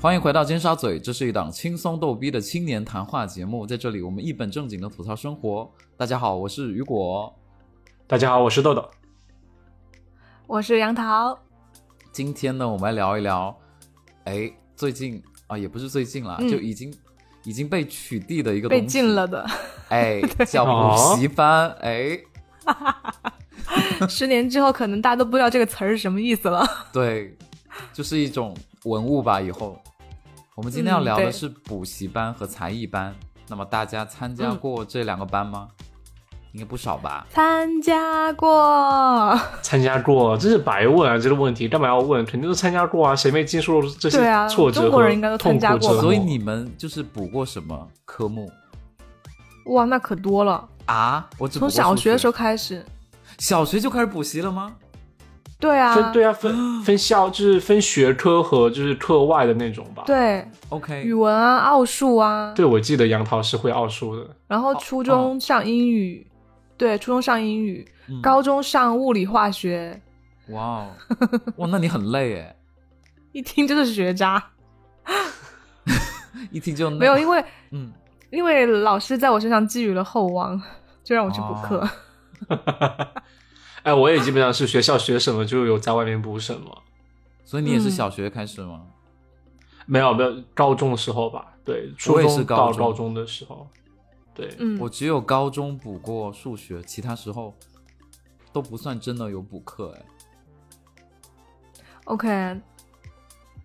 欢迎回到尖沙咀，这是一档轻松逗逼的青年谈话节目，在这里我们一本正经的吐槽生活。大家好，我是雨果，大家好，我是豆豆。我是杨桃。今天呢，我们来聊一聊，哎，最近啊，也不是最近啦，嗯就已经已经被取缔的一个东西被禁了，的， 哎，叫补习班，哎，十年之后可能大家都不知道这个词儿是什么意思了。对，就是一种文物吧。以后我们今天要嗯聊的对是补习班和才艺班，那么大家参加嗯过这两个班吗？应该不少吧。参加过，参加过，真是白问啊！这个问题干嘛要问？肯定都参加过啊，谁没经受这些对啊挫折和中国人应该都参加过痛苦折磨所以你们就是补过什么科目哇，那可多了。啊？我只补从过小数学学的时候，开始，小学就开始补习了吗？对啊，分对啊，分分校就是分学科和就是课外的那种吧。对 OK， 语文啊，奥数啊，对，我记得杨桃是会奥数的，然后初中上英语，对，初中上英语，嗯高中上物理化学，哇哦，哇，那你很累哎，一听就是学渣。一听就没有，因为 嗯，因为老师在我身上寄予了厚望，就让我去补课。哦哎，我也基本上是学校学什么就有在外面补什么，所以你也是嗯小学开始吗？没有没有，高中的时候吧，对，初我也是中到高中高中的时候，对，嗯，我只有高中补过数学，其他时候都不算真的有补课哎。 OK，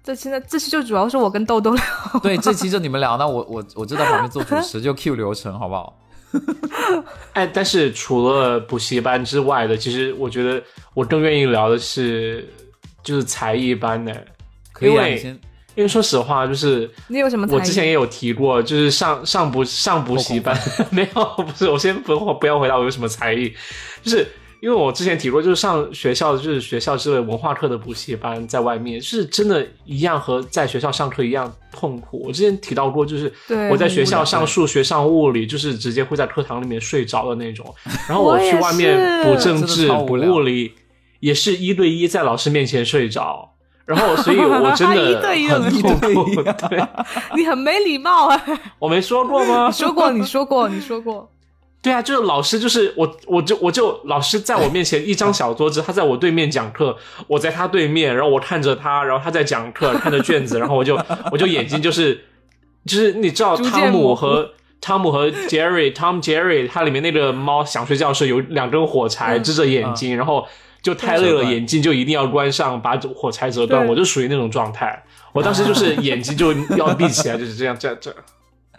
这期呢，这期就主要是我跟豆豆聊。对，这期就你们聊，那我我我就在旁边做主 持，就 Q 流程好不好？哎，但是除了补习班之外的，其实我觉得我更愿意聊的是就是才艺班呢，可以因啊，为你先因为说实话，就是你有什么才艺？我之前也有提过，就是上上补上补习 班，没有，不是，我先不不要回答我有什么才艺，就是因为我之前提过，就是上学校就是学校之类文化课的补习班，在外面就是真的一样和在学校上课一样痛苦。我之前提到过，就是对我在学校很无上聊数学、上物理，就是直接会在课堂里面睡着的那种，然后我也去外面是补政真的治、超补无聊物理，也是一对一在老师面前睡着。然后，所以我真 一的对一的很那痛种苦。对，你很没礼貌啊！我没说过吗你？ 说过，你说过，你说过。对啊，就是老师，就是我，我就我就老师在我面前一张小桌子，他在我对面讲课，我在他对面，然后我看着他，然后他在讲课，看着卷子，然后我就我就眼睛就是就是你知道逐渐汤姆模糊和汤姆和 Jerry，Tom Jerry，它里面那个猫想睡觉的时候有两根火柴嗯支着眼睛，然后就太累折了，断眼睛就一定要关上，把火柴折断，对我就属于那种状态。我当时就是眼睛就要闭起来，就是这样，这样这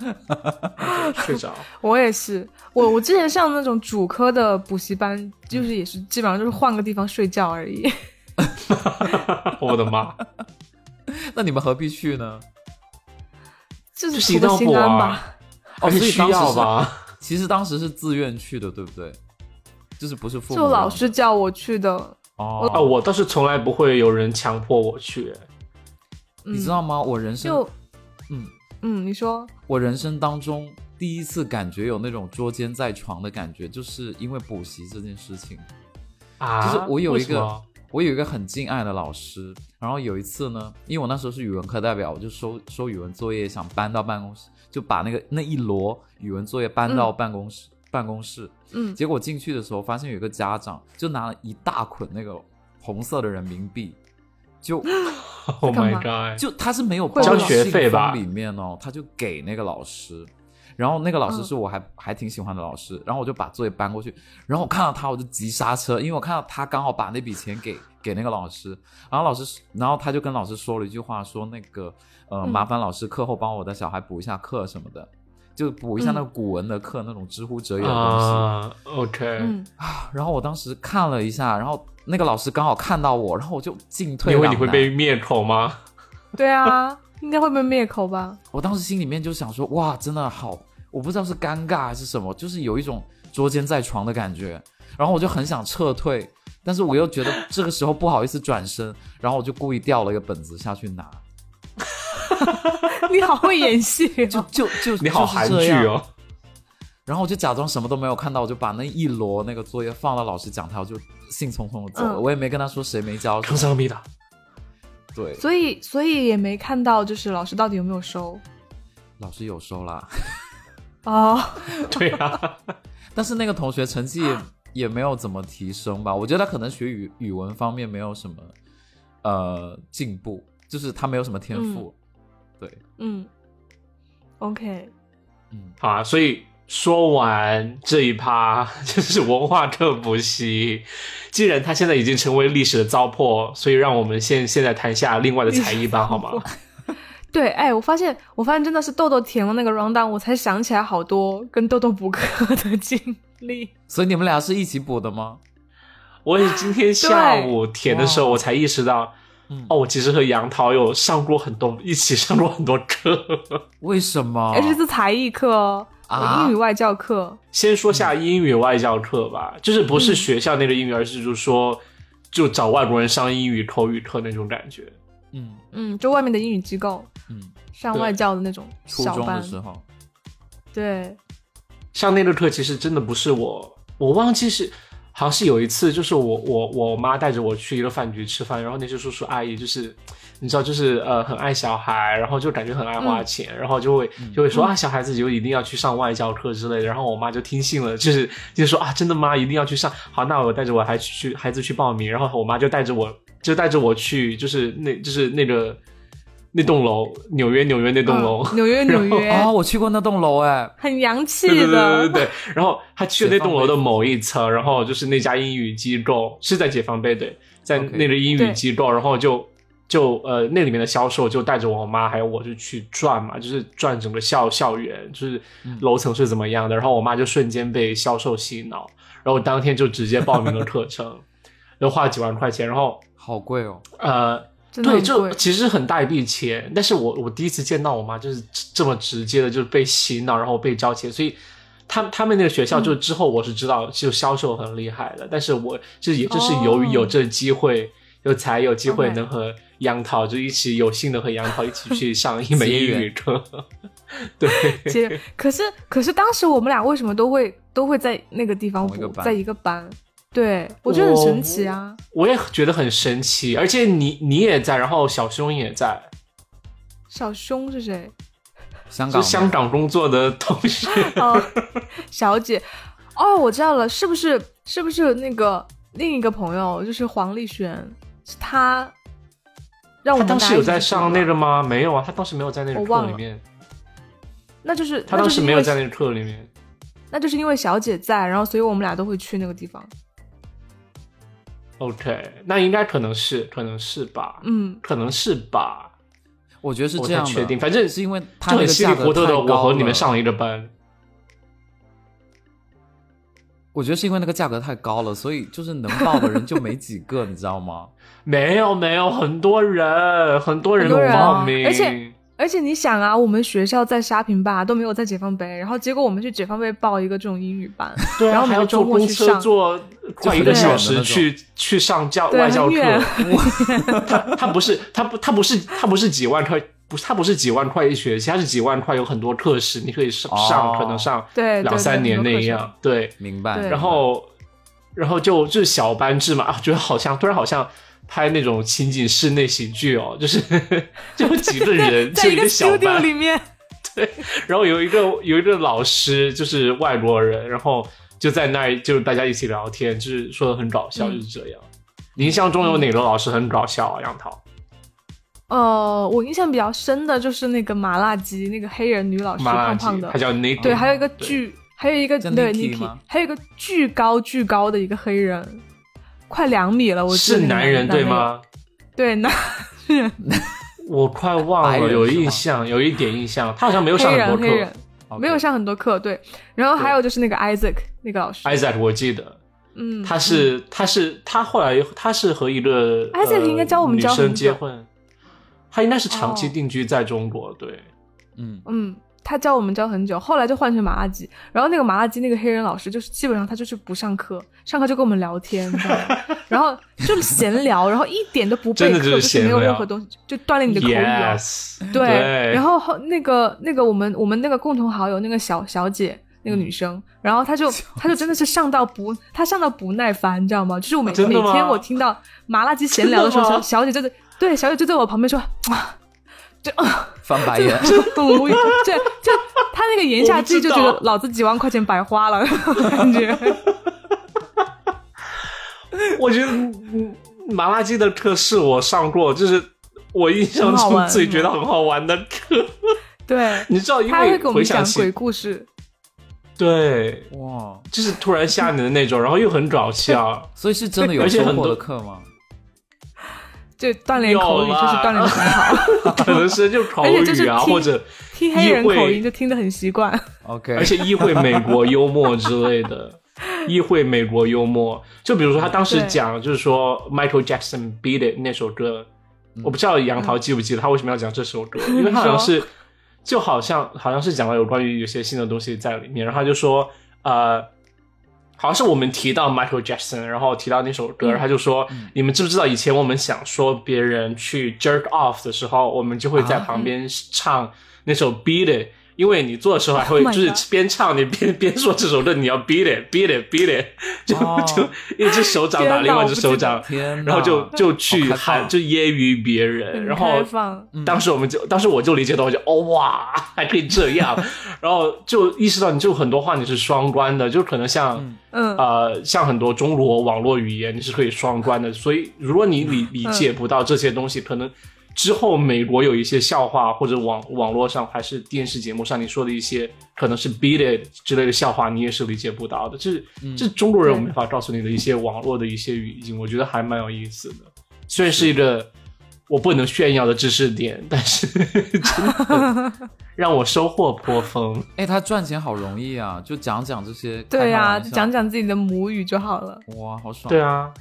样， 睡着。 我也是，我我之前上那种主科的补习班，就是也是基本上就是换个地方睡觉而已。 我的妈！那你们何必去呢？就就是是一图个道火心安啊吧，，哦，而且所以需当时要是？ 吧？其实当时是自愿去的，对不对？就是不是啊父母就老让师叫我去的。哦啊，我倒是从来不会有人强迫我去，嗯，你知道吗？我人生就嗯嗯，你说我人生当中第一次感觉有那种捉奸在床的感觉，就是因为补习这件事情。啊，就是我有一为什个么我有一个很敬爱的老师，然后有一次呢，因为我那时候是语文课代表，我就收收语文作业，想搬到办公室，就把那个那一摞语文作业搬到办公室、办公室。嗯结果进去的时候，发现有一个家长就拿了一大捆那个红色的人民币，就，Oh 干 my 嘛 god，就他是没有会包到吗交学费吧信封里面哦，他就给那个老师，然后那个老师嗯是我还、还挺喜欢的老师，然后我就把作业搬过去，然后我看到他我就急刹车，因为我看到他刚好把那笔钱给给那个老师，然后老师然后他就跟老师说了一句话，说那个呃嗯麻烦老师课后帮我的小孩补一下课什么的，就补一下那个嗯古文的课那种知乎者也的东西，啊，OK，嗯，然后我当时看了一下，然后那个老师刚好看到我，然后我就进你退以两为难。你会被灭口吗？对啊，应该会被灭口吧？我当时心里面就想说，哇，真的好，我不知道是尴尬还是什么，就是有一种捉奸在床的感觉。然后我就很想撤退，但是我又觉得这个时候不好意思转身，然后我就故意掉了一个本子下去拿，你好会演戏啊，就就就你好韩剧。就是这样哦，然后我就假装什么都没有看到，我就把那一摞那个作业放到老师讲台，我就兴冲冲的走了，嗯我也没跟他说谁没交，康桑米达，对，所以所以也没看到就是老师到底有没有收老师有收啦，哦， 对啊，但是那个同学成绩也啊也没有怎么提升吧，我觉得他可能学语语文方面没有什么呃进步，就是他没有什么天赋。对，嗯，OK，嗯，好啊，所以说完这一趴， 就是文化课补习。既然它现在已经成为历史的糟粕，所以让我们现现在谈下另外的才艺班好吗？对，哎，我发现我发现真的是豆豆填了那个 round down，我才想起来好多跟豆豆补课的经历。所以你们俩是一起补的吗？我也今天下午填的时候，哇我才意识到嗯，哦，我其实和杨桃有上过很多，一起上过很多课。 为什么哎，？这是才艺课哦，哦啊我英语外教课。先说下嗯英语外教课吧，就是不是嗯学校那个英语，而是就是说，就找外国人上英语口语课那种感觉。嗯嗯，就外面的英语机构嗯，上对外教的那种初小中的，班时候，对，上那个课其实真的不是我，我忘记是好像是有一次，就是我我我妈带着我去一个饭局吃饭，然后那些叔叔阿姨就是你知道就是呃很爱小孩，然后就感觉很爱花钱，然后就会就会说、啊小孩子就一定要去上外教课之类的，然后我妈就听信了，就是就说啊真的吗？一定要去上？好，那我带着我孩去去孩子去报名，然后我妈就带着我就带着我去就是那就是那个那栋楼，纽约纽约那栋楼。嗯纽约纽约啊，我去过那栋楼，哎，很洋气对对对对的，对。然后他去了那栋楼的某一层，然后就是那家英语机构是在解放碑，对，在 OK 那个英语对机构，然后就就呃那里面的销售就带着我妈还有我就去转嘛，就是转整个校校园，就是楼层是怎么样的。然后我妈就瞬间被销售洗脑，然后当天就直接报名了课程， 然后花了几万块钱，然后好贵哦。呃真的对，很就贵。其实很大一笔钱，但是我我第一次见到我妈就是这这么直接的，就是被洗脑，然后被交钱，所以他他们那个学校嗯就之后我是知道就销售很厉害的，但是我这也就是由于有这机会，有才有机会哦 OK 能和杨桃就一起有幸的和杨桃一起去上 一门结英缘语课，对，其 实，可是，可是当时我们俩为什么都会都会在那个地方同一个补，班哦在一个班？对，我觉得很神奇啊！我也觉得很神奇，而且你你也在，然后小兄也在，小胸是谁？香就港，香，港工作的同 事，哦，小姐。哦，我知道了，是不是？是不是那个另一个朋友就是黄丽璇？是她让我他们当大时家有一起在去上的那个吗？没有啊，他当时没有在那个我课忘里了面。那就是他当时没有在那就是因为，那个课里面。那就是因为小姐在，然后所以我们俩都会去那个地方。 OK，那应该可能是，可能是吧，嗯，可能是吧，我觉得是我这太样的，确定。反正是因为他就那很个稀价里格糊涂太的，高我和你们了上了一个班。我觉得是因为那个价格太高了，所以就是能报的人就没几个，你知道吗？没有没有，很多人，很多人很多人啊报名，而且而且你想啊，我们学校在沙坪坝都没有在解放碑，然后结果我们去解放碑报一个这种英语班，对啊，然后还每要个周坐末公去车上，坐快一个对小时去去上教 对外教很远课。他他不是他不他不是他不是几万块，不是他不是几万块一学期，他是几万块有很多课时，你可以上上哦可能上 对，两对三年那。对很多课程样，对。明白。对然后，然后就就是小班制嘛，啊，觉得好像突然好像拍那种情景室内喜剧哦，就是 就几个人在就一一个个小 studio 班，里面，然后有一个有一个老师就是外国人，然后就在那儿就是大家一起聊天，就是说的很搞笑，嗯就是这样。你印象中有哪个老师很搞笑啊？杨桃，呃，我印象比较深的就是那个麻辣鸡，那个黑人女老师，麻辣胖鸡他胖，的，叫嗯 Nick，对，还有一个巨，还有一个叫对 Nikki Niki，吗还有一个巨高巨高的一个黑人，快两米了，我记得是那个男人对？吗？对， 男我快忘白人了，有是吗印象，有一点印象，他好像没有上黑很多人黑人课。 OK 没有上很多课，对。然后还有就是那个 Isaac 那个老师， Isaac 我记得，嗯，哎他是他是他后来他是和一个哎这呃个应该教我们女教很久哦生结婚，他应该是长期定居在中国，对，嗯，嗯，他教我们教很久，后来就换成麻辣鸡。然后那个麻辣鸡那个黑人老师，就是基本上他就是不上课，上课就跟我们聊天，你知 道吗然后就是闲聊，然后一点都不备真的课，就是就是没有闲聊任何东西，就锻炼你的口语哦。 yes， 对，然后后后那个那个我们我们那个共同好友那个小小姐。那个女生，嗯然后她就她就真的是上到不，她上到不耐烦，你知道吗？就是我每啊真每的吗天我听到麻辣鸡闲聊的时真的候，吗小姐就是对，小野就在我旁边说，啊就啊，翻哎白 眼。就很无语，对，就他那个言下之意就觉我得不知道老子几万块钱白花了，感觉。我觉得嗯麻辣鸡的课是我上过，就是我印象很好中玩最觉得很好玩的课。对，你知道，因他还会为给我回们想讲鬼起，故事，对，哇，就是突然吓你的那种，然后又很搞 笑。所以是真的有 而且收很获的多课吗？就锻炼口语，有就啦是锻炼的很 好，可能是就口而且就是语啊，听或者听黑人议会口音就听得很习惯。 OK，而且议会美国幽默之类的，议会美国幽默。就比如说他当时对讲，就是说 Michael Jackson Beat It 那首歌，我不知道杨桃记不记得他为什么要讲这首歌，因为他好像是就好像好像是讲了有关于有些新的东西在里面，然后他就说呃。好像是我们提到 Michael Jackson，然后提到那首嗯歌，他就说：“你们知不知道以前我们想说别人去 jerk off 的时候，我们就会在啊旁边唱那首 Beat It，、因为你做的时候还会 Oh my 就是 God 边唱你边边说这首歌，你要 Beat It Beat It Beat It，就、哦就一只手掌打天哪另外一只手掌，天哪，然后就就去好开放喊就揶揄别人，嗯很然后开放，嗯当时我们就，当时我就理解到，我就哦哇，还可以这样， 然后就意识到，你就很多话你是双关的，就可能像、嗯，呃，像很多中国网络语言你是可以双关的，所以如果你理理解不到这些东西，可能之后美国有一些笑话或者网网络上还是电视节目上你说的一些可能是 beat it 之类的笑话，你也是理解不到的。这是这是中国人对没法告诉你的一些网络的一些语境，我觉得还蛮有意思的。虽然是一个我不能炫耀的知识点，但是 真的让我收获颇丰。哎，他赚钱好容易啊，就讲讲这些开开对呀，玩笑，就讲讲自己的母语就好了。哇，好爽，对啊，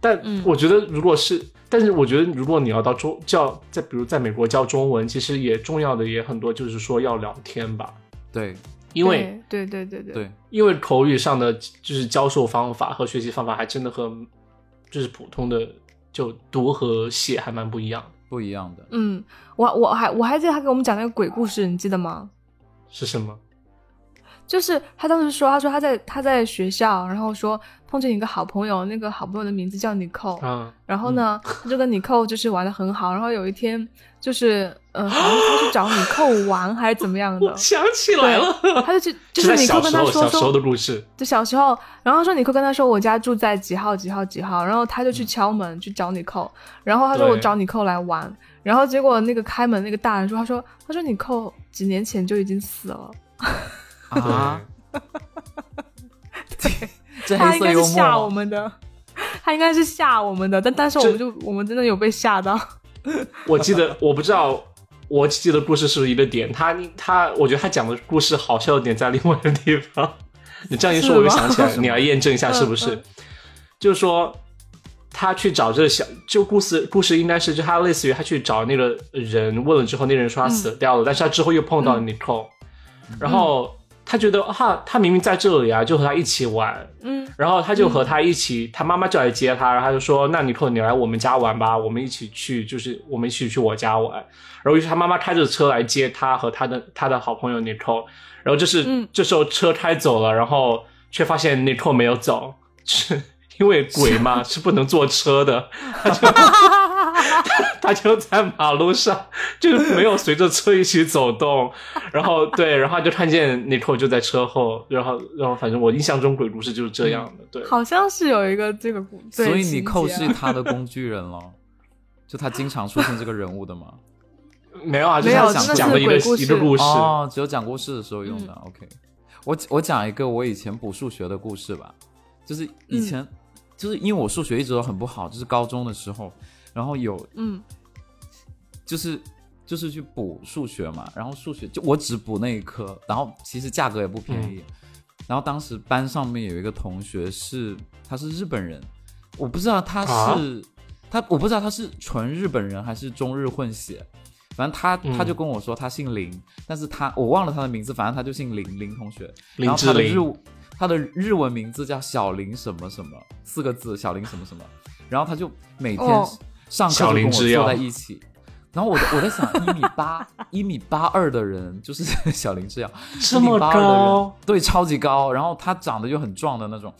但嗯我觉得如果是，但是我觉得如果你要到中教，在比如在美国教中文，其实也重要的也很多，就是说要聊天吧，对因为对对对对对，对因为口语上的就是教授方法和学习方法还真的和就是普通的就读和写还蛮不一样的，不一样的，嗯，我我还我还记得他给我们讲那个鬼故事，你记得吗？是什么？就是他当时说，他说他在他在学校，然后说碰见一个好朋友，那个好朋友的名字叫尼寇，啊，然后呢，他就跟你寇就是玩的很好，然后有一天就是呃，好像他去找你寇玩还是怎么样的啊 我，想起来 对，了，他就去就是在你小寇跟时他候说小时候说的故事，就小时候，然后说你扣跟他说我家住在几号几号几号，然后他就嗯去敲门去找你扣，然后他说对我找你扣来玩，然后结果那个开门那个大人说，他说他说你扣几年前就已经死了，啊，这他黑应色该是幽吓我默吗，们的， 他应该是吓我们的，但但是我们就我们真的有被吓到，我记得， 我不知道，我记得故事是不是一个点。他他，我觉得他讲的故事好笑的点在另外一个地方。你这样一说，我就想起来，你来验证一下是不是？就是说，他去找这个小，就故事故事应该是就他类似于他去找那个人问了之后，那个人说他死掉了，但是他之后又碰到了 Nicole，、然后他觉得哈、他明明在这里啊，就和他一起玩，嗯然后他就和他一起，他妈妈就来接他，然后他就说：“那尼克，你来我们家玩吧，我们一起去，就是我们一起去我家玩。”然后于是他妈妈开着车来接他和他的他的好朋友尼克，然后这是、嗯这时候车开走了，然后却发现尼克没有走， 是因为鬼 嘛是不能坐车的，他就在马路上就是没有随着车一起走动，然后对，然后就看见尼克就在车后，然后然后反正我印象中鬼故事就是这样的，对。 好像是有一个这个故，所对以情你节寇啊是他的工具人 了，就他经常出现这个人物的 嘛，没有啊，就没他有想真的是讲的一个鬼故事一个故事，哦，只有讲故事的时候用嗯的。OK，我我讲一个我以前补数学的故事吧，就是以前、嗯就是因为我数学一直都很不好，就是高中的时候，然后有嗯就是就是去补数学嘛，然后数学就我只补那一科，然后其实价格也不便宜。然后当时班上面有一个同学是他是日本人，我不知道他是、他我不知道他是纯日本人还是中日混血，反正他嗯他就跟我说他姓林，但是他我忘了他的名字，反正他就姓林林同学。然林后志他的玲日他的日文名字叫小林什么什么四个字，小林什么什么。然后他就每天哦上课小就跟林我制药坐在一起。然后我我在想， 一米八一米八二的人就是 小林制药，这1.82么的人高，对，超级高。然后他长得又很壮的那种，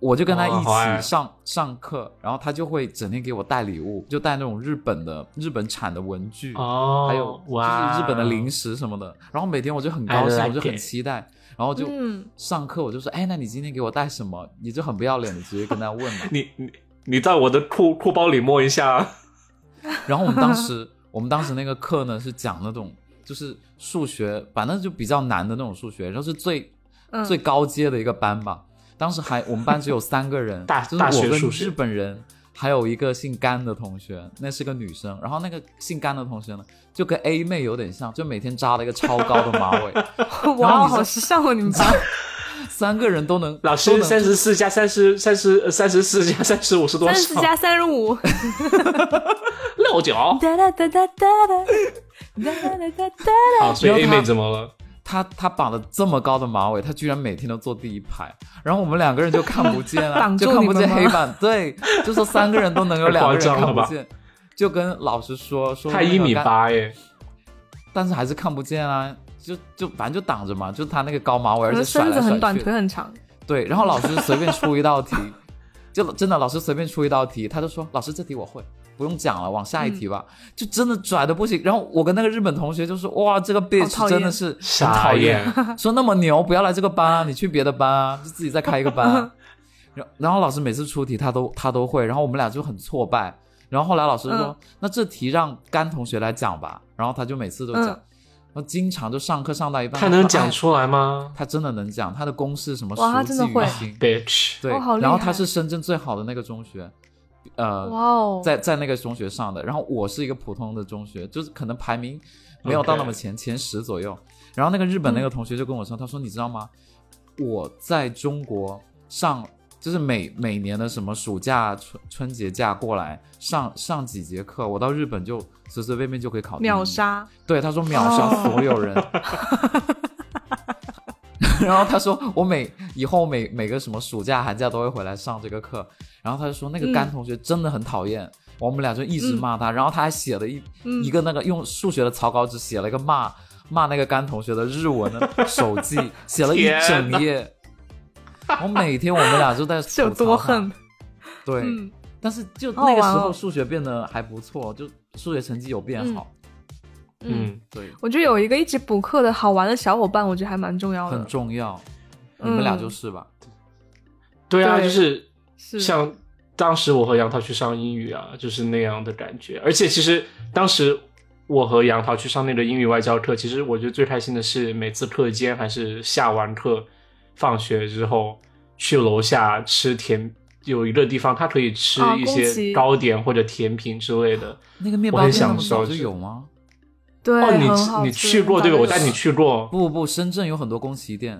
我就跟他哇一好爱啊起上、上课，然后他就会整天给我带礼物，就带那种日本的日本产的文具，哦，还有就哇，哦哎是日本的零食什么的。然后每天我就很高 I 兴， like。我就很期待，然后就嗯上课我就说，哎，那你今天给我带什么？你就很不要脸的直接跟他问嘛 你你你在我的裤裤包里摸一下，，然后我们当 时我们当时那个课呢是讲那种就是数学，反正就比较难的那种数学，然后是最嗯，最高阶的一个班吧。当时还我们班只有三个人大就是大我学跟数学日本人，还有一个姓甘的同学，那是个女生。然后那个姓甘的同学呢，就跟 A 妹有点像，就每天扎了一个超高的马尾，然后哇，你是好时尚哦，你们班。三个人都能 老都师能三十四加三十三十三十四加三十五是多三少？十加三十 五， 六九。哒哒哒哒哒哒，哒哒哒哒哒。好，所以然后 A 他妹怎么了？他他绑了这么高的马尾，他居然每天都坐第一排，然后我们两个人就看不见啊， 绑住就看不见你们吗黑板，对，就说三个人都能有两个太人夸张了看吧不见，就跟老师说说他那个一米干，八耶，但是还是看不见啊，就就反正就挡着嘛，就他那个高马尾，我而且的甩身子来很甩短，去腿，很长。对，然后老师随便出一道 题，就真的老师随便出一道题，他就说老师这题我会。不用讲了，往下一题吧。嗯就真的拽的不行。然后我跟那个日本同学就说：“哇，这个讨 bitch 厌真的是很傻讨厌。眼。 说那么牛，不要来这个班啊，你去别的班啊，就自己再开一个班、 啊。然然后老师每次出题他都他都会，然后我们俩就很挫败。然后后来老师说，嗯那这题让甘同学来讲吧，然后他就每次都讲，嗯然后经常就上课上到一半，他能说讲哎出来 吗他真的能讲，他的公式什么哇他熟真记的会于心， ？Bitch，对，哦好厉然后害他是深圳最好的那个中学，呃，哇哦，在在那个中学上的，然后我是一个普通的中学，就是可能排名没有 OK 到那么前前十左右。然后那个日本那个嗯同学就跟我说，他说你知道吗？我在中国上就是每每年的什么暑假、春春节假过来上上几节课，我到日本就随随便便就可以考第一秒。杀。对，他说秒杀哦所有人。 然后他说我每以后每每个什么暑假寒假都会回来上这个课。然后他就说那个甘嗯同学真的很讨厌，我们俩就一直骂他。然后他还写了一、嗯一个那个用数学的草稿纸写了一个骂骂那个甘同学的日文的手 记，写了一天哪整页。我每天我们俩就在是有吐槽多他恨？对，嗯，但是就好那个时玩哦候数学变得还不错，就数学成绩有变嗯好。嗯，嗯，对，我觉得有一个一直补课的好玩的小伙伴，我觉得还蛮重要的。很重要。呃你嗯们俩就是吧？对啊，对就是是像当时我和杨涛去上英语啊，就是那样的感觉。而且其实当时我和杨涛去上那个英语外教课，其实我觉得最开心的是每次课间还是下完课，放学之后去楼下吃甜，有一个地方它可以吃啊一宫些崎糕点或者甜品之类的。那个面我包很店那享么早受就这有吗？对，哦，很好你你吃去过对吧？我带你。很早就有去过。不不不，深圳有很多宫崎店。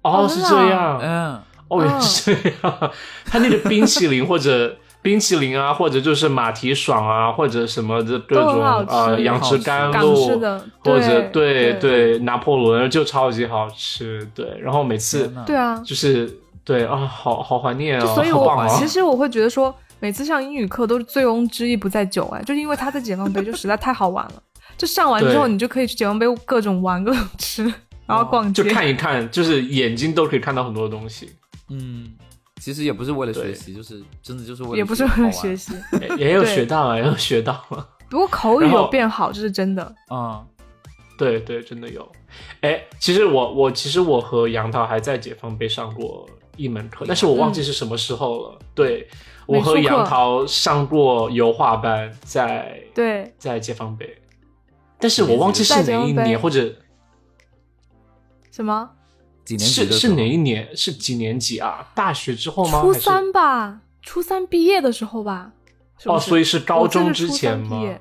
哦，哦是真的这啊样。嗯，哦，原来是这样。 他那个冰淇淋或者冰淇淋啊，或者就是马蹄爽啊，或者什么的各种都很好吃呃杨枝甘港露式，的，或者对对对拿破仑就超级好吃。对，然后每次天哪对，啊，就是对啊，好好怀念就哦，所以好我，棒哦其。实我会觉得说，每次上英语课都是醉翁之意不在酒，哎，就是因为他在解放碑就实在太好玩了。就上完之后，对你就可以去解放碑各种玩、各种 吃，然后逛街。就看一看，就是眼睛都可以看到很多东西，嗯，其实也不是为了学对习，就是真的就是为了也不是为了学习习，也也有 对学到了，啊也有学到了。不过口语然后有变好，这是真的。好玩。对对，真的有。哎，其实我我其实我和杨涛还在解放碑上过一门课，但是我忘记是什么时候了。对，我和嗯美术课杨涛上过油画班在，在对，解放碑，但是我忘记是哪一在解放碑年，或者什么嗯，几年级是的时是候哪一年，是几年级啊？大学之后吗？初还是三吧，初三毕业的时候吧。是不哦，是所以是高我记得中是之初前三毕吗业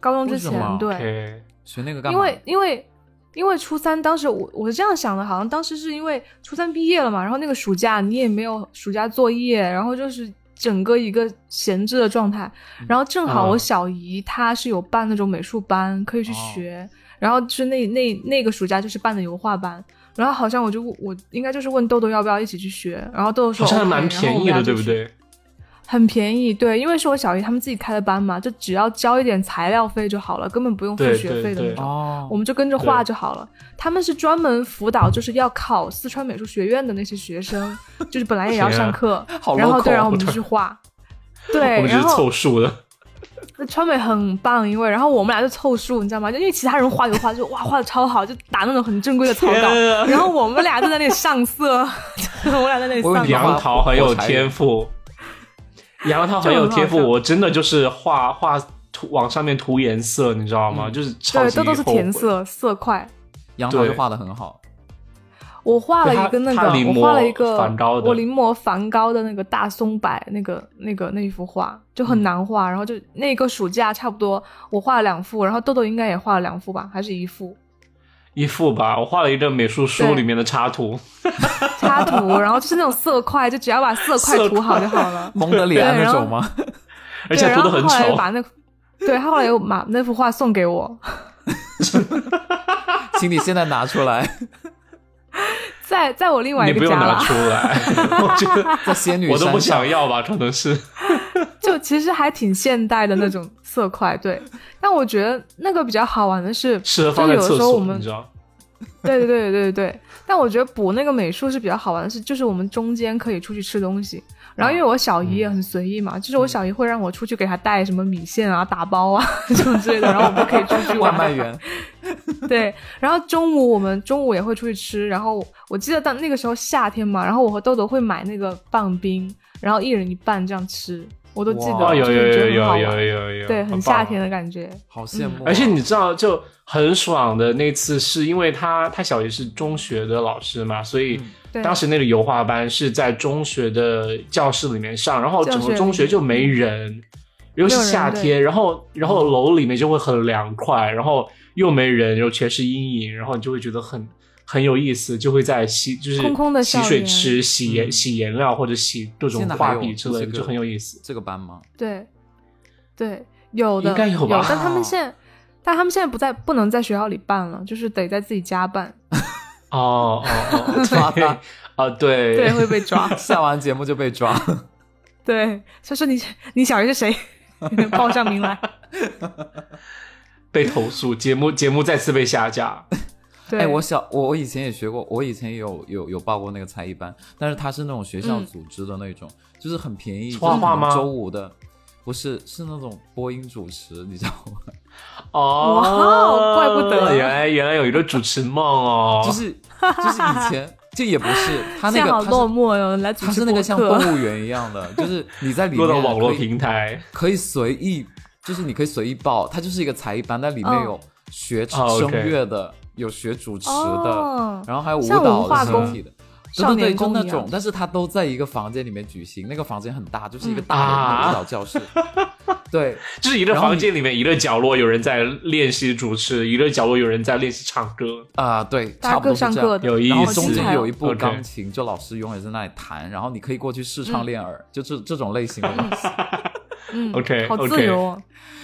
高中之为什么前，对。 ？OK，学那个干因嘛？为因为因为初三当时我我是这样想的，好像当时是因为初三毕业了嘛，然后那个暑假你也没有暑假作业，然后就是整个一个闲置的状态。然后正好嗯我小姨她是有办那种美术班，可以去哦学，然后是那那那个暑假就是办的油画班。然后好像我就问我应该就是问豆豆要不要一起去学，然后豆豆说好像还 OK，蛮然后我便们宜俩的，就对不去？对？很便宜，对，因为是我小姨他们自己开的班嘛，就只要交一点材料费就好了，根本不用付对学对费的那对种。哦，我们就跟着画就好了。他们是专门辅导，就是要考四川美术学院的那些学生，就是本来也要上课，好然后 local 对，然后啊我们就去画。我对，们只然是后凑数的。川美很棒，因为然后我们俩就凑数，你知道吗？就因为其他人画油画就哇画的超好，就打那种很正规的 草稿，天啊然后我们俩就在那里上色， 就是我们俩在那里我以为上你要 色。杨桃很有天 赋，杨桃很有天赋，就很好笑我真的就是画画涂往上面涂颜色，你知道吗？嗯就是超对，级这都是后悔。填色色块。杨桃就对画的很好，我画了一个那对他他临个，摹我画了一个梵高的我临摹梵高的那个大松柏，那个那个那一幅画就嗯很难画。然后就那个暑假差不多，我画了两幅，然后豆豆应该也画了两幅吧，还是一幅一幅吧，我画了一个美术书对里面的插图，插图，然后就是那种色块，就只要把色块涂好就好了。蒙德里安那种吗？ 而对，且然涂后的很后来丑又。把那，对，他后来又把那幅画送给我，请你现在拿出来，在在我另外你一不个用家拿了。出来， 我觉得在仙女我都山不上想要吧，可能是。就其实还挺现代的那种色块，对。但我觉得那个比较好玩的是，适合放在就有的厕时候我所，们你知道？对对对对对对。但我觉得补那个美术是比较好玩的是，就是我们中间可以出去吃东西。然后啊因为我小嗯姨也很随意嘛，就是我小姨会让我出去给她带什么米线啊、打包啊这种之类的，然后我们就可以出去外玩。卖员，对，然后中午我们中午也会出去吃，然后我记得当那个时候夏天嘛，然后我和豆豆会买那个棒冰，然后一人一半这样吃，我都记哇得，哦，就有有是觉有得很好有玩有有有，对，很棒啊夏天的感觉。好羡慕啊。嗯而且你知道，就很爽的那次，是因为他他小姨是中学的老师嘛，所以嗯对当时那个油画班是在中学的教室里面上，然后整个中学就没人，尤其是夏没有天，然后嗯然后楼里面就会很凉快，然后又没人，然后全是阴影，然后你就会觉得很很有意思，就会在洗就是空空的洗校水园池、洗颜嗯洗颜料或者洗各种现在还画有笔之类这的，个就很有 意思。这个班吗？对，对，有的应该有吧但他们现在，但他们现在不在，不能在学校里办了，就是得在自己家办，哦哦抓 哦，对他。啊，对对，会被抓 下完节目就被抓，对，所以说你你小姨是谁？ 报上 名来。被投诉，节目节目再次被下 架。对，哎，我小我我以前也学过，我以前也有有有报过那个才艺班，但是它是那种学校嗯组织的那种，就是很便宜，是画画吗就是可能周五的，不是是那种播音主持，你知道吗？哦，哇哦怪不得原来原来有一个主持梦哦，就是就是以前这也不是他那现在个好他落是寞哟、来主他持是那个播像客动物园一样的，就是你在 里面落到网络可以平台。可以随意，就是你可以随意报，它就是一个才艺班，但里面嗯有学哦声，OK 乐的，有学主持的，哦，然后还有舞像蹈文化的、宫形体的。少对对对，年就宫那一种样，但是它都在一个房间里面举行，那个房间很大，就是一个嗯大的啊舞蹈教室。 对，就是一个然后你房间里面，一个角落有人在练习主持，一个角落有人在练习唱歌，啊、对，大差家不多是这各上样。各的，有意然后思。中精彩间哦有一部 OK 钢琴，就老师永远在那里弹，然后你可以过去试唱练耳，就这这种类型的 东 西。嗯 OK，好自 OK 由、哦。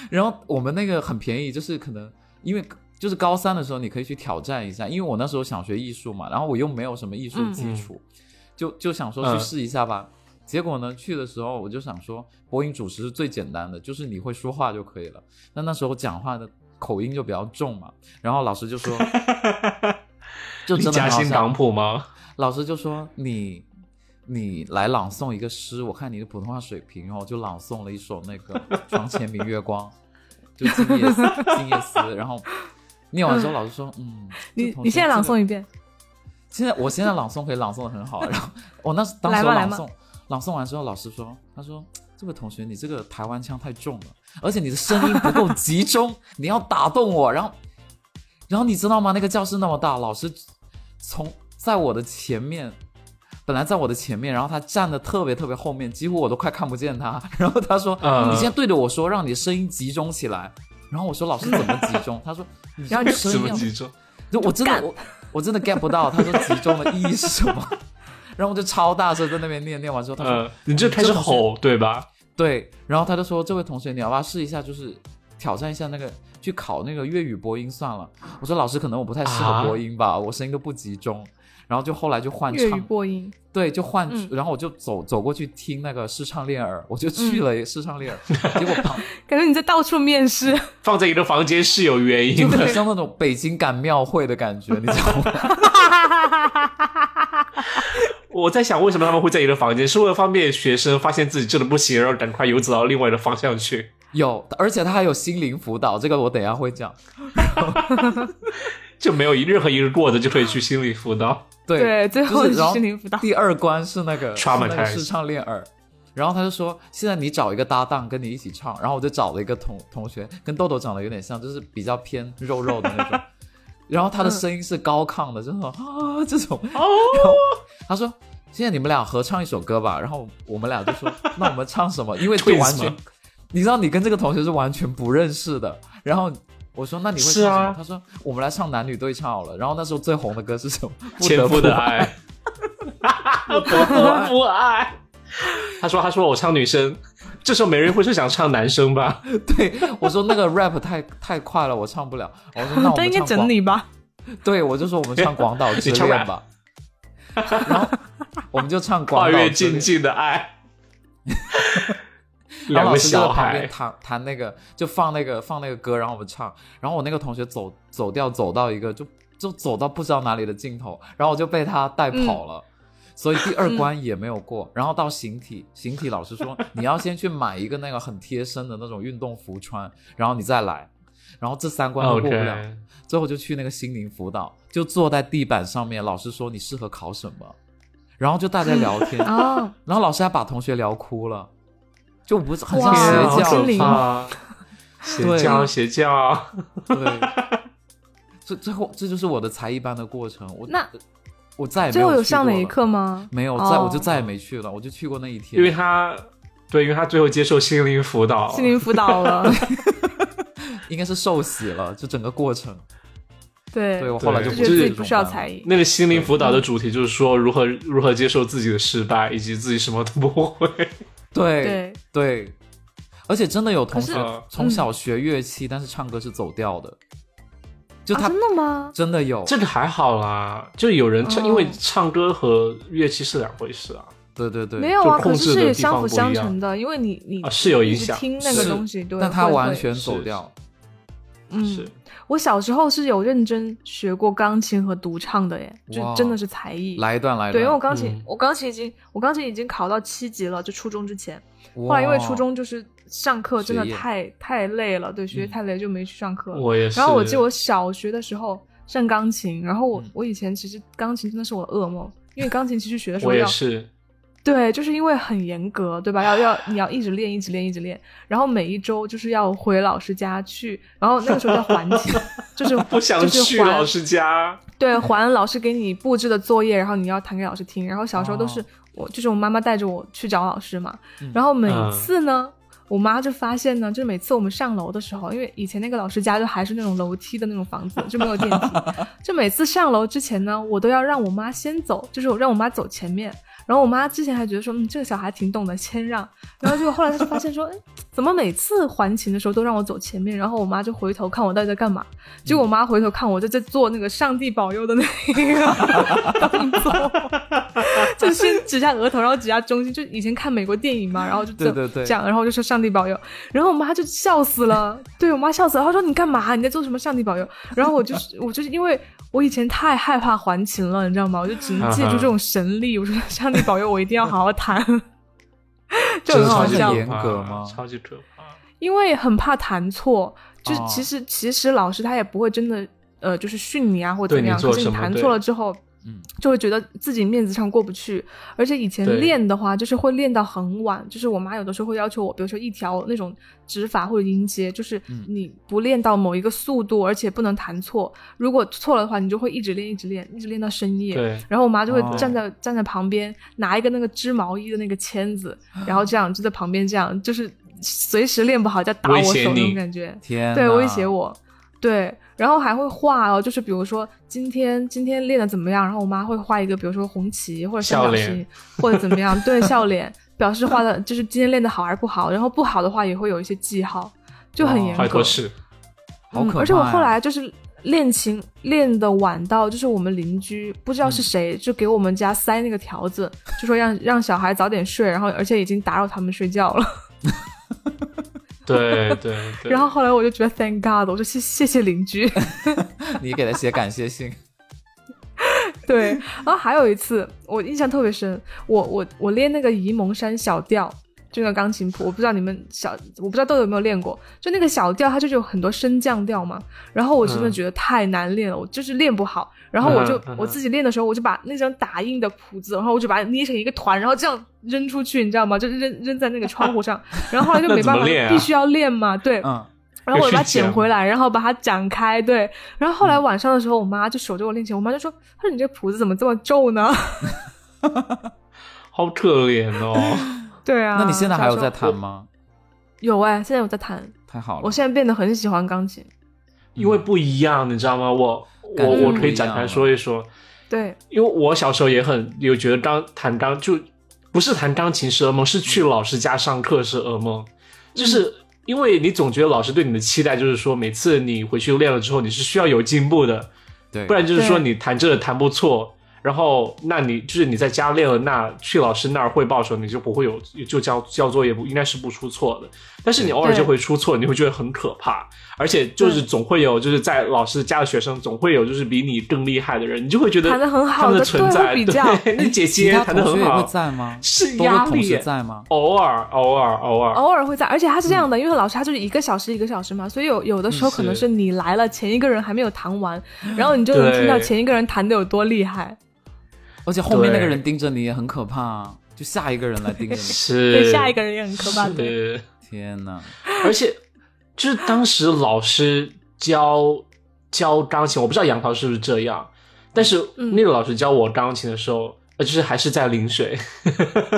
然后我们那个很便宜，就是可能因为就是高三的时候你可以去挑战一下，因为我那时候想学艺术嘛，然后我又没有什么艺术基础，就就想说嗯去试一下吧。结果呢，去的时候我就想说，播音主持是最简单的，就是你会说话就可以了。那那时候讲话的口音就比较重嘛，然后老师就 说，就你真的夹很好心笑港普吗？老师就说你你来朗诵一个诗，我看你的普通话水平，然后我就朗诵了一首那个《床前明月光》，就静夜思静夜思，然后念完之后老师说，嗯，这你同你学现在朗这个诵一遍，现在我现在朗诵可以朗诵的很好，然后我那时当时来吧来朗吧诵朗诵完之后，老师说，他说这位同学你这个台湾腔太重了，而且你的声音不够集中，你要打动我。然后，然后你知道吗？那个教室那么大，老师从在我的前面。本来在我的前面，然后他站的特别特别后面，几乎我都快看不见他。 然后他说：“嗯你现在对着我说，让你的声音集中起来。”然后我说：“老师怎么集中？”他说：“你然后你就声 什音么要集中？ 就我真的干我我真的 get 不到他说集中的意义是什么， 然后我就超大声在那边念，念完之后他说、嗯，你就开始吼对吧？对，然后他就说这位同学你要不要试一下，就是挑战一下那个去考那个粤语播音算了。我说老师可能我不太适合播音吧，我声音都不集中。然后就后来就换粤语唱，播音，对，就换，嗯然后我就走走过去听那个视唱练耳，我就去嗯了视唱练耳，结果旁感觉你在到处面试，放在一个房间是有原因就 的。很像那种北京赶庙会的感觉，你知道吗？ 我在想，为什么他们会在一个房间？是为了方便学生发现自己真的不行，然后赶快游走到另外的方向去。有，而且他还有心灵辅导，这个我等一下会讲。就没有一任何一个过的就可以去心理辅 导。对，对，最后就是然后心灵辅导，第二关是那个 Traumatized 是那个试唱练耳，然后他就说现在你找一个搭档跟你一起唱，然后我就找了一个同同学，跟豆豆长得有点像，就是比较偏肉肉的那 种，然后他的声音是高亢的，就是那种啊这种，然后他说。现在你们俩合唱一首歌吧，然后我们俩就说，那我们唱什么？因为就 Twins 完全吗，你知道你跟这个同学是完全不认识的。然后我说，那你会唱是什么？啊他说，我们来唱男女对唱好了。然后那时候最红的歌是什么？不前得夫不的 爱，不得不爱。他说：“他说我唱女生，这时候没人会是想唱男生吧？ 对，我说那个 rap 太太快了，我唱不了。我说那 我他们应该唱整广，理吧？对我就说我们唱《广岛之 你唱恋 rap》吧，然后我们就唱《跨广岛越之静恋》，静的 爱。然后两老个师就在小旁边孩，弹弹那个，就放那个放那个歌，然后我们唱。然后我那个同学走走掉，走到一个就就走到不知道哪里的尽头，然后我就被他带跑了。嗯所以第二关也没有过，然后到形体，形体老师说你要先去买一个那个很贴身的那种运动服穿，然后你再来，然后这三关都过不了。 OK，最后就去那个心灵辅导，就坐在地板上面，老师说你适合考什么，然后就大家聊天， 啊，然后老师还把同学聊哭了，就不是很哇像天啊，邪好教，可怕！ 好心灵邪教，对邪教，对， 这最后这就是我的才艺班的过程，我那我再也没最后有有去上过哪一了课？吗？没有，再哦我就再也没去了，我就去过那一天，因为他对，因为他最后接受心灵辅导，心灵辅 导了，应该是受洗了，就整个过程，对对我后来就对就不觉得去自这己不种需要班才了。艺，那个心灵辅导的主题就是说如何如何接受自己的失败，以及自己什么都不会。对对，对，而且真的有同可学是嗯从小学乐器，但是唱歌是走调的，就啊，他真的吗？真的有，这个还好啦，就有人唱，哦因为唱歌和乐器是两回事啊，对对对，没有啊，就可控是制的是地相方辅不一相样成的，因为你你啊是有一影直响听那个是东西，对，但他会完会全走是调，嗯是，我小时候是有认真学过钢琴和独唱的耶，就哇真的是才艺。来一段来一段，对，因为我钢琴，嗯我钢琴已经，我钢琴已经考到七级了，就初中之前。我后来因为初中就是上课真的学业太太累了，对，学业嗯太累就没去上课了。我也是。然后我记得我小学的时候上钢琴，然后我、嗯我以前其实钢琴真的是我的噩梦，因为钢琴其实学的时候我也要是，对，就是因为很严格，对吧？要要你要一直练，一直练，一直练，然后每一周就是要回老师家去，然后那个时候叫还钱， 就是不想就是去还老师家，对，还老师给你布置的作业，然后你要弹给老师听。然后小时候都是哦我，就是我妈妈带着我去找老师嘛。嗯然后每次呢，我妈就发现呢，就是每次我们上楼的时候，因为以前那个老师家就还是那种楼梯的那种房子，就没有电 梯。就每次上楼之前呢，我都要让我妈先走，就是我让我妈走前面。然后我妈之前还觉得说，嗯，这个小孩挺懂得，谦让。然后结果后来她就发现说，哎，怎么每次还琴的时候都让我走前面？然后我妈就回头看我到底在干嘛。结果我妈回头看我在在做那个上帝保佑的那个动作， 就先指下额头，然后指下中心。就以前看美国电影嘛，然后就这对对对这样，然后我就说上帝保佑，然后我妈就笑死了。对我妈笑死了，她说你干嘛？你在做什么？上帝保佑。然后我就是我就是因为我以前太害怕还琴了，你知道吗？我就只能借助这种神力，我说上帝保佑，我一定要好好弹。 就很好真的是笑很，严格吗啊超级可怕。因为很怕弹错，就是哦其实、其实老师他也不会真的呃，就是训你啊或者对怎么你样，做可是什你么弹对错了之后，嗯就会觉得自己面子上过不去。而且以前对练的话，就是会练到很晚，就是我妈有的时候会要求我，比如说一条那种指法或者音阶，就是嗯你不练到某一个速度，而且不能弹错，如果错了的话，你就会一直练一直练，一直练到深夜。对，然后我妈就哦会站在、站在旁边，拿一个那个织毛衣的那个签子，然后这样就在旁边这样，就是随时练不好就要打我威胁手那你种感觉，天对，呐威胁，我，对，然后还会画哦，就是比如说今天今天练的怎么样，然后我妈会画一个，比如说红旗或者三笑角脸形或者怎么样，对，笑脸表示画的就是今天练的好还是不好，然后不好的话也会有一些记号，就很哇严怀格托。是，好可怕呀嗯而且我后来就是练琴练的晚到，就是我们邻居不知道是谁、就给我们家塞那个条子，就说让让小孩早点睡，然后而且已经打扰他们睡觉了。 对对对。然后后来我就觉得 thank God，我就谢谢谢邻居。你给他写感谢信， 对，然后还有一次我印象特别深，我我我练那个沂蒙山小调，就那个钢琴谱，我不知道你们小，我不知道豆豆有没有练过，就那个小调，它就是有很多升降调嘛，然后我真的嗯觉得太难练了，我就是练不好，然后我就、嗯嗯嗯我自己练的时候，我就把那张打印的谱子，然后我就把它捏成一个团，然后这样扔出去，你知道吗？就扔扔在那个窗户上，然后后来就没那怎么办法，练啊必须要练嘛， 对，嗯，然后我有把它去捡捡回来，然后把它展开，对。然后后来晚上的时候，我妈就守着我练琴，我妈就说：“她说你这谱子怎么这么皱呢 好可怜 哦。？”对啊。那你现在还有在小时候弹吗？有哎、现在有在弹。太好了，我现在变得很喜欢钢琴。因为不一样，你知道吗？我我感觉我不可以一展样啊开了说一说，对，因为我小时候也很有觉得钢弹钢就不是弹钢琴是噩梦，是去老师家上课是噩梦，就是因为你总觉得老师对你的期待就是说，每次你回去练了之后，你是需要有进步的，对，不然就是说对你弹这个弹不错，然后那你就是你在家练了，那去老师那儿汇报的时候，你就不会有就交交作业不应该是不出错的，但是你偶尔对就会出错，你会觉得很可怕，而且就是对总会有就是在老师家的学生总会有就是比你更厉害的人，你就会觉得弹得很好他们的的存对在，会比较对，那姐哎其姐他弹得同学很也会好，在吗？是多压位同力学，在吗？偶尔偶尔偶尔，偶尔会在，而且他是这样的，因为老师他就是一个小时一个小时嘛，所以有有的时候嗯可能是是你来了，前一个人还没有弹完，然后你就能听到对前一个人弹的有多厉害，而且后面那个人盯着你也很可怕、啊，就下一个人来盯着 你。是对下一个人也很可怕。对，是天哪！而且就是当时老师教教钢琴，我不知道杨桃是不是这样，但是嗯那个老师教我钢琴的时候，呃，就是还是在临水，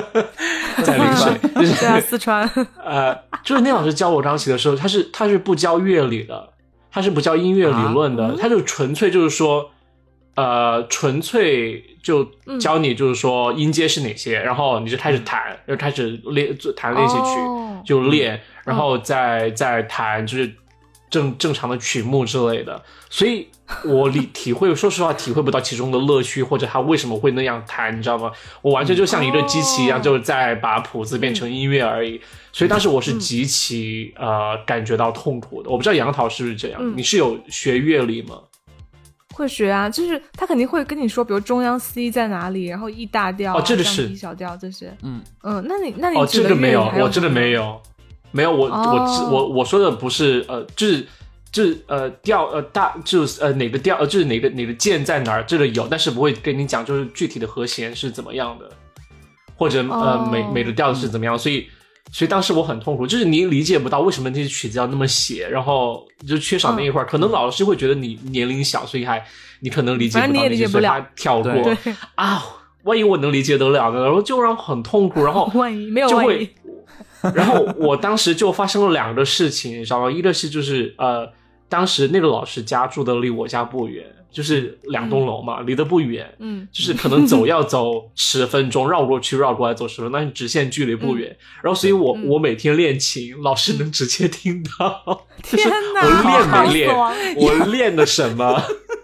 在临水，就是 对啊，四川，呃，就是那老师教我钢琴的时候，他是他是不教乐理的，他是不教音乐理论的，啊嗯他就纯粹就是说，呃，纯粹就嗯教你就是说音阶是哪些，然后你就开始弹，就开始练做弹练习曲，哦嗯就练，然后再再弹就是正正常的曲目之类的。所以我理 体会，说实话，体会不到其中的乐趣，或者他为什么会那样弹，你知道吗？我完全就像一个机器一样，哦就是在把谱子变成音乐而已。所以当时我是嗯极其、呃感觉到痛苦的。我不知道杨桃是不是这样，嗯你是有学乐理吗？会学啊，就是他肯定会跟你说，比如中央 C 在哪里，然后 E 大调啊、哦这个降是 D 小调这些。嗯嗯，那你那你哦，指这的个没乐理有还，我真的什么没有，没有，我、我只哦我我说的不是呃，就是就是呃调呃大就是呃哪个调呃就是哪个哪个键在哪儿，这个有，但是不会跟你讲就是具体的和弦是怎么样的，或者、哦呃每每个调是怎么样，所以所以当时我很痛苦，就是你理解不到为什么那些曲子要那么写，然后就缺少那一块嗯儿，可能老师会觉得你年龄小，所以还你可能理解反不正你到也那理些，解所以不他了跳过对对，啊。万一我能理解得了呢？然后就让我很痛苦，然后 万一没有就万会一， 然后我当时就发生了两个事情，你知道吗？一个是就是呃，当时那个老师家住的离我家不远，就是两栋楼嘛，离得不远，嗯就是可能走要走十分钟，绕过去绕过来走十分钟，但是直线距离不远。然后所以我、嗯我每天练琴，老师能直接听 到，就是天哪，我练好没练死亡，我练的什么，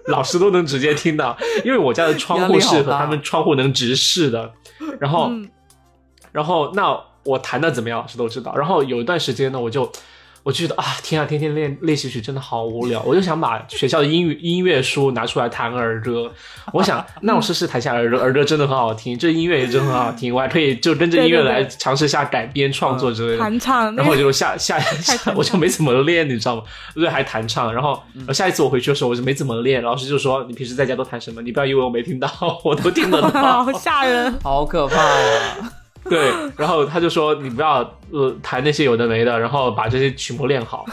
老师都能直接听到，因为我家的窗户压是力好和大他们窗户能直视的，然后。嗯然后那我弹的怎么样，老师都知道。然后有一段时间呢，我就我就觉得啊，天啊，天天练练习曲真的好无聊，我就想把学校的英语音乐书拿出来弹儿歌。我想，那我试试弹一下儿歌，儿歌真的很好听，这音乐也真的很好听，我还可以就跟着音乐对对对嗯来尝试一下改编创作之类的。弹唱，那然后我个就下下下，弹我就没怎么练，你知道吗？对，还弹唱。然后下一次我回去的时候，我就没怎么练。老师就说：“你平时在家都弹什么？你不要以为我没听到， 我都听得到。 好”吓 人，好可怕 啊！对，然后他就说你不要呃弹那些有的没的，然后把这些曲目练好。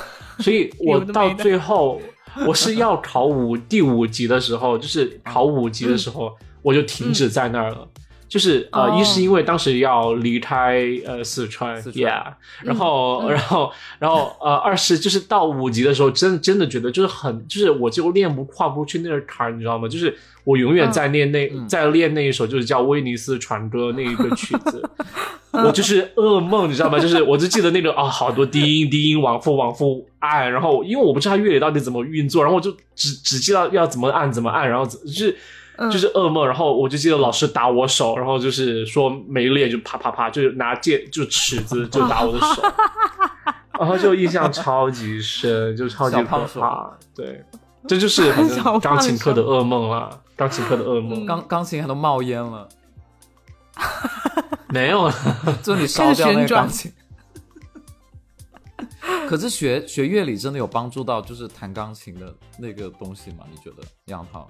所以我有的没到的最后，我是要考五第五级的时候，就是考五级的时候，我就停止在那儿了。就是呃，哦一是因为当时要离开呃四川四川 y e a h 然后、然后然后呃，二是就是到五级的时候，真真的觉得就是很就是我就练不跨不去那个坎儿，你知道吗？就是我永远在练那、嗯在练那一首就是叫《威尼斯船歌》那一个曲子，我就是噩梦，你知道吗？就是我就记得那个啊、好多低 音低音往复往复按，然后因为我不知道它乐理到底怎么运作，然后我就只只记得要怎么按怎么按，然后怎就是。嗯就是噩梦，然后我就记得老师打我手，然后就是说没练就啪啪啪，就是拿剑就尺子就打我的 手，然后就印象超级深，就超级小可胖手怕。对，这就是反 小正胖钢琴课的手噩梦啦，钢琴课的噩梦、嗯钢钢琴还都冒烟了，没有了。就你烧掉那开始个旋转钢琴。 可是学学乐理真的有帮助到，就是弹钢琴的那个东西吗？你觉得杨涛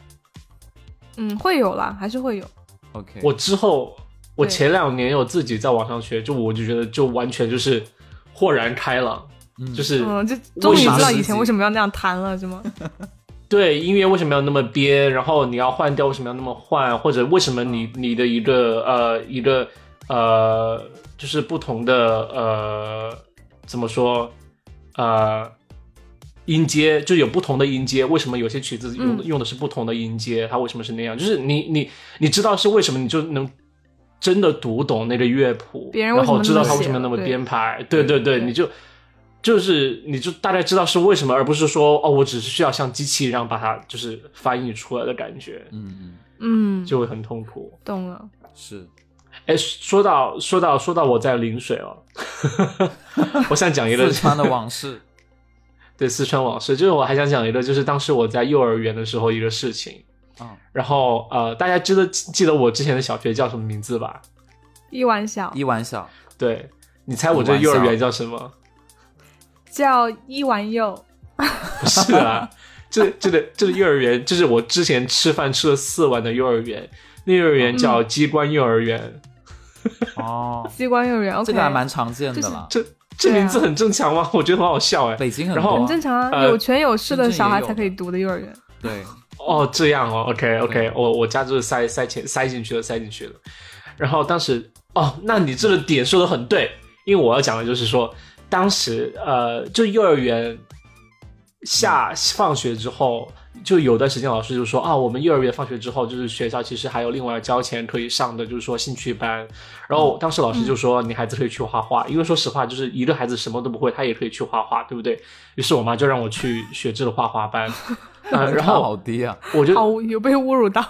嗯，会有啦，还是会有。 ？OK，我之后，我对前两年有自己在网上学，就我就觉得就完全就是豁然开朗，嗯就是、嗯，就终于知道以为前啥为什么要那样弹了，是吗？对音乐为什么要那么编，然后你要换调为什么要那么换，或者为什么嗯你你的一个呃一个呃就是不同的呃怎么说呃音阶，就有不同的音阶，为什么有些曲子用的、嗯用的是不同的音阶，它为什么是那样？就是你你你知道是为什么，你就能。真的读懂那个乐谱，别人为然什么后知道那么他为写什么那么对编排，对对对，对你就就是你就大概知道是为什么，而不是说哦，我只是需要像机器一样把它就是翻译出来的感觉，嗯嗯，就会很痛苦。懂了。嗯是哎，说到说到说到我在临水哦， 我想讲一个四川的往 事，对四川往事，就是我还想讲一个，就是当时我在幼儿园的时候一个事情。嗯，然后呃，大家记得记得我之前的小学叫什么名字吧？一碗小一碗小对，你猜我这幼儿玩笑园叫什么？叫一碗柚，不是啊，这这个这个幼儿园，这是我之前吃饭吃了四碗的幼儿园，那幼儿园叫机关幼儿园，哦，机关幼儿园。OK，这个还蛮常见的啦，这这对啊名字很正常吗？我觉得很好笑哎、北京很然多后很啊正常啊，呃有权有势的小孩深圳也有才可以读的幼儿园。 对，哦，这样哦，OK OK，我我家就是塞塞钱塞进去了，塞进去了。然后当时哦，那你这个点说的很对，因为我要讲的就是说，当时呃，就幼儿园下放学之后，就有段时间老师就说啊，我们幼儿园放学之后，就是学校其实还有另外交钱可以上的，就是说兴趣班。然后当时老师就说，你孩子可以去画画，因为说实话，就是一个孩子什么都不会，他也可以去画画，对不对？于是我妈就让我去学这个画画班。啊、然门槛后好低啊，我就好，哦有被侮辱到。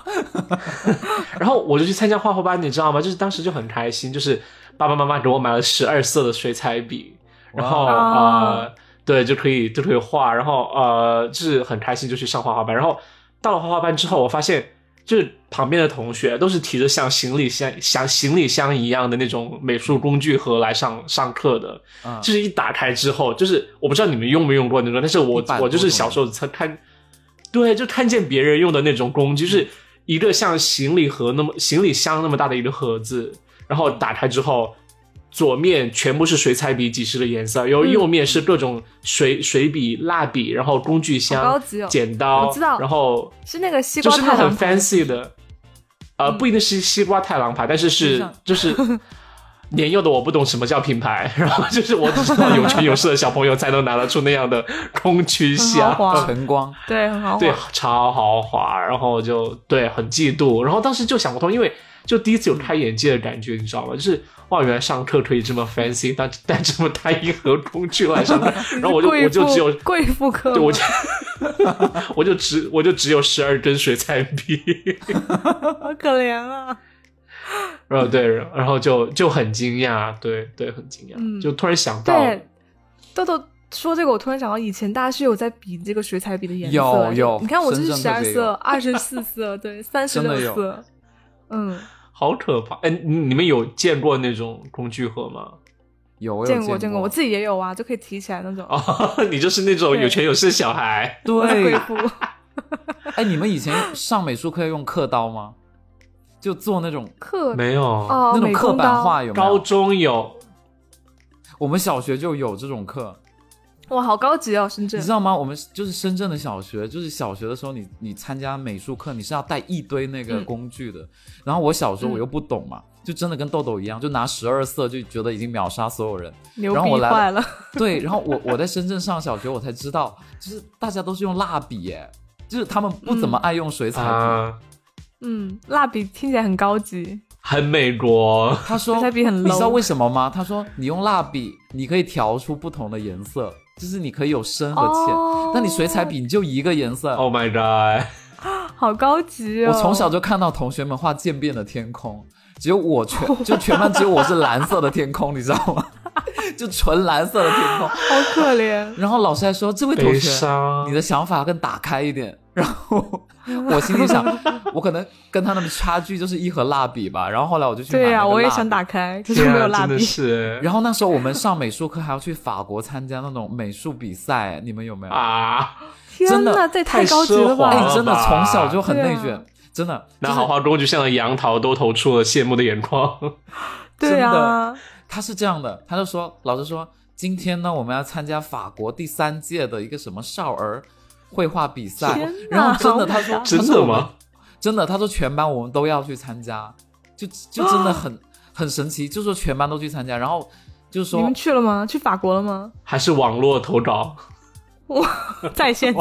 然后我就去参加画画班，你知道吗？就是当时就很开心，就是爸爸妈妈给我买了十二色的水彩笔， 然后哇呃，对，就可以就可以画，然后呃，就是很开心就去上画画班。然后到了画画班之后，我发现就是旁边的同学都是提着像行李箱、像行李箱一样的那种美术工具盒来上上课的，嗯，就是一打开之后，就是我不知道你们用没用过那种，但是我一百多我就是小时候才看，对，就看见别人用的那种工具，嗯就是一个像行李盒那么行李箱那么大的一个盒子，然后打开之后，左面全部是水彩笔几十个颜色，然后嗯右面是各种水水笔、蜡笔，然后工具好箱高级哦、剪刀，我知道然后是那个西就瓜是那太种郎很牌嗯 fancy 的，呃，不一定是西瓜太郎牌，但是就是像就是年幼的我不懂什么叫品牌， 然后就是我只知道有权有势的小朋友才能拿得出那样的工具 很豪箱， 华，晨光，对，很豪华对。，超豪华，然后就对很嫉妒，然后当时就想不通，因为就第一次有开眼界的感觉，你知道吗？就是哇，原来上课可以这么 fancy，但带这么大一盒工具来上课，然后我就贵我就妇只有贵妇课对，吗，我就我 就只我就只有十二根水彩笔，好可怜啊！然后对，然后就就很惊讶，对对，很惊讶，嗯就突然想到，对，豆豆说这个，我突然想到以前大家是有在比这个水彩笔的颜色有的，有你看我这是深十圳特二别有色、二十四色，对，三十真的六有色，嗯，好可怕！哎，你你们有见过那种工具盒吗？有我有见过见过，我自己也有啊，就可以提起来那种。哦， 你就是那种对有权有势的小孩，我是对贵，妇， 哎，你们以前上美术课要用刻刀吗？就做那种刻没有。哦，那种美刻工板刀画有没高有？中有，我们小学就有这种课，哇，好高级哦，深圳你知。道吗？我们就是深圳的小学，就是小学的时候你，你参加美术课，你是要带一堆那个嗯工具的。然后我小时候嗯我又不懂嘛，就真的跟豆豆一样，就拿十二色就觉得已经秒杀所有人。牛然后我逼来坏了，对，然后我我在深圳上小学，我才知道，就是大家都是用蜡笔耶，就是他们不怎么嗯爱用水彩笔。啊，嗯，蜡笔听起来很高级，很美国，他说水彩笔很 low，你知道为什么吗？他说你用蜡笔，你可以调出不同的颜色，就是你可以有深和浅。哦但你水彩笔你就一个颜色。 Oh my god！好高级哦。我从小就看到同学们画渐变的天空，只有我 全就全班只有我是蓝色的天空，你知道吗？ 就纯蓝色的天空。好可怜，然后老师还说：“这位同悲学，伤，你的想法更打开一点。”然 后我心里想，我可能跟他们的差距就是一盒蜡笔吧。然后后来我就去买对呀、那个我也蜡想笔打开，可是天啊没有蜡真笔的。是然后那时候我们上美术课还要去法国参加那种美术比赛，你们有没有？啊， 天真的呐，这也太太高级了吧！奢华哎了，真的从小就很对啊内卷，真的。那好好工具上的杨桃都投出了羡慕的眼光。对啊，他是这样的，他就说，老师说，今天呢，我们要参加法国第三届的一个什么少儿绘画比赛天，哪然后真的，他说，真的他说我们吗？真的，他说全班我们都要去参加，就就真的很很神奇，就说全班都去参加，然后就你说们去了吗？去法国了吗？还是网络投稿，在线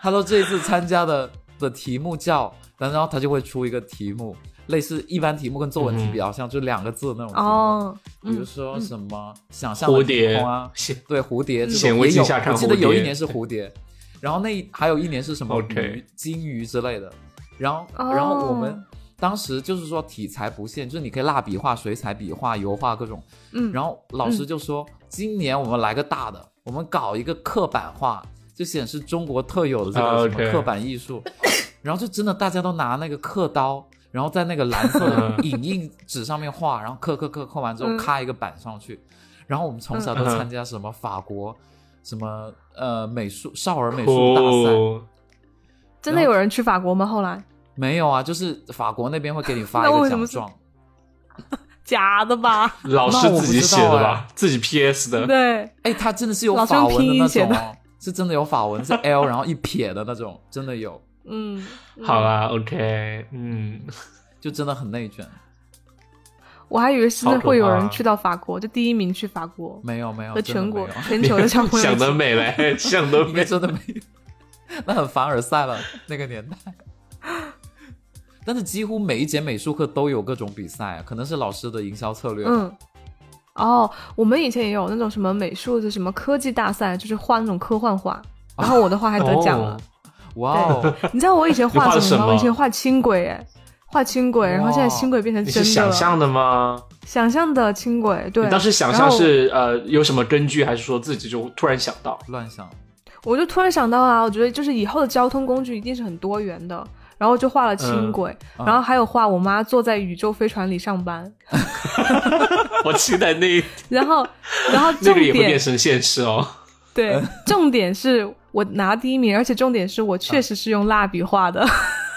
他说这一次参加的的题目叫，然后他就会出一个题目，类似一般题目跟作文题比较像，就两个字那种题目， 哦，比如嗯，说什么想象的蝴天蝶空啊，谢对蝴蝶，这显种微也镜有，下看我记得蝴有一蝶年是蝴 蝶，然后那一还有一年是什么 OK 鱼、金鱼之类的。然后，然后我们哦当时就是说题材不限，就是你可以蜡笔画、水彩笔画、油画各种。嗯，然后老师就说，今年我们来个大的，我们搞一个刻板画，就显示中国特有的这啊个什，OK 么刻板艺术。然后就真的大家都拿那个刻刀，然后在那个蓝色的影印纸上面画，然后刻刻刻刻完之后嗯咔一个板上去。然后我们从小都参加什么法嗯国什么呃美术少儿美术大赛。酷，真的有人去法国吗？后来没有啊，就是法国那边会给你发那一个为什奖么是状，假的吧？老师自己写那我的不知道吧哎，自己 PS 的， 对，哎，它真的是有老师法用文的拼那音写种的哦，是真的有法文，是 L 然后一撇的那种，真的有，嗯，嗯好啦，OK，嗯，就真的很内卷。我还以为真的会有好可人怕去到法国，就第一名去法国没有没有，和真的全国没有、全球 的小朋 友一想得起。美嘞，想得 应美该，真的没有，那很凡尔赛了那个年代。但是几乎每一节美术课都有各种比赛，啊可能是老师的营销策略。，嗯，哦，我们以前也有那种什么美术的什么科技大赛，就是画那种科幻画，然后我的画还得奖了哦。哇哦，你知道我以前你画画的什什么么吗？我以前画轻轨，哎，画轻轨，然后现在哇轻轨变成你真是的想了，象的吗？想象的轻轨，对啊你。当时想然象后是呃有什么根据，还是说自己就突然想 到？乱想，我就突然想到啊，我觉得就是以后的交通工具一定是很多元的，然后就画了轻轨，嗯然后还有画我妈坐在宇宙飞船里上班， 我期待那然 后，然后那重个也会点变成现实 哦。对，重点是我拿第一名，而且重点是我嗯确实是用蜡笔画的，？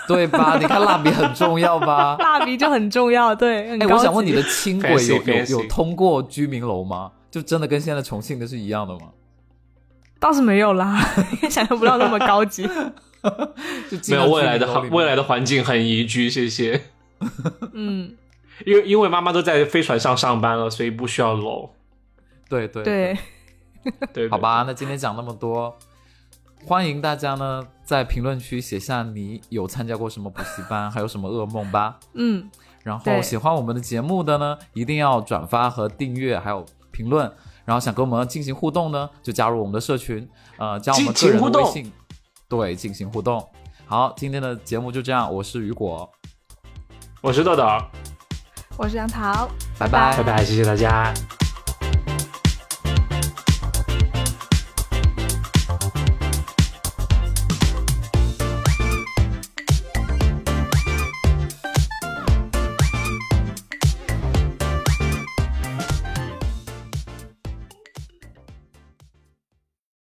对吧？你看蜡笔很重要吧蜡笔就很重要，对，很哎，高级。我想问你的轻轨 Fancy, 有有 fancy 有通过居民楼吗？就真的跟现在重庆的是一样的吗？倒是没 有啦，也想象不到那么高级。就进没到有未来的居民楼里环面未来的环境很宜居，谢谢。嗯， 因为因为妈妈都在飞船上上班了，所以不需要楼。对对对，对，好，吧，那今天讲那么多，欢迎大家呢在评论区写下你有参加过什么补习班，还有什么噩梦 吧。嗯，然后对喜欢我们的节目的呢，一定要转发和订阅，还有评论。然后想跟我们进行互动呢，就加入我们的社群，呃，加我们个人的微进信，对，进行互动。好，今天的节目就这样，我是雨果，我是豆豆，我是杨桃，拜拜拜拜，谢谢大家。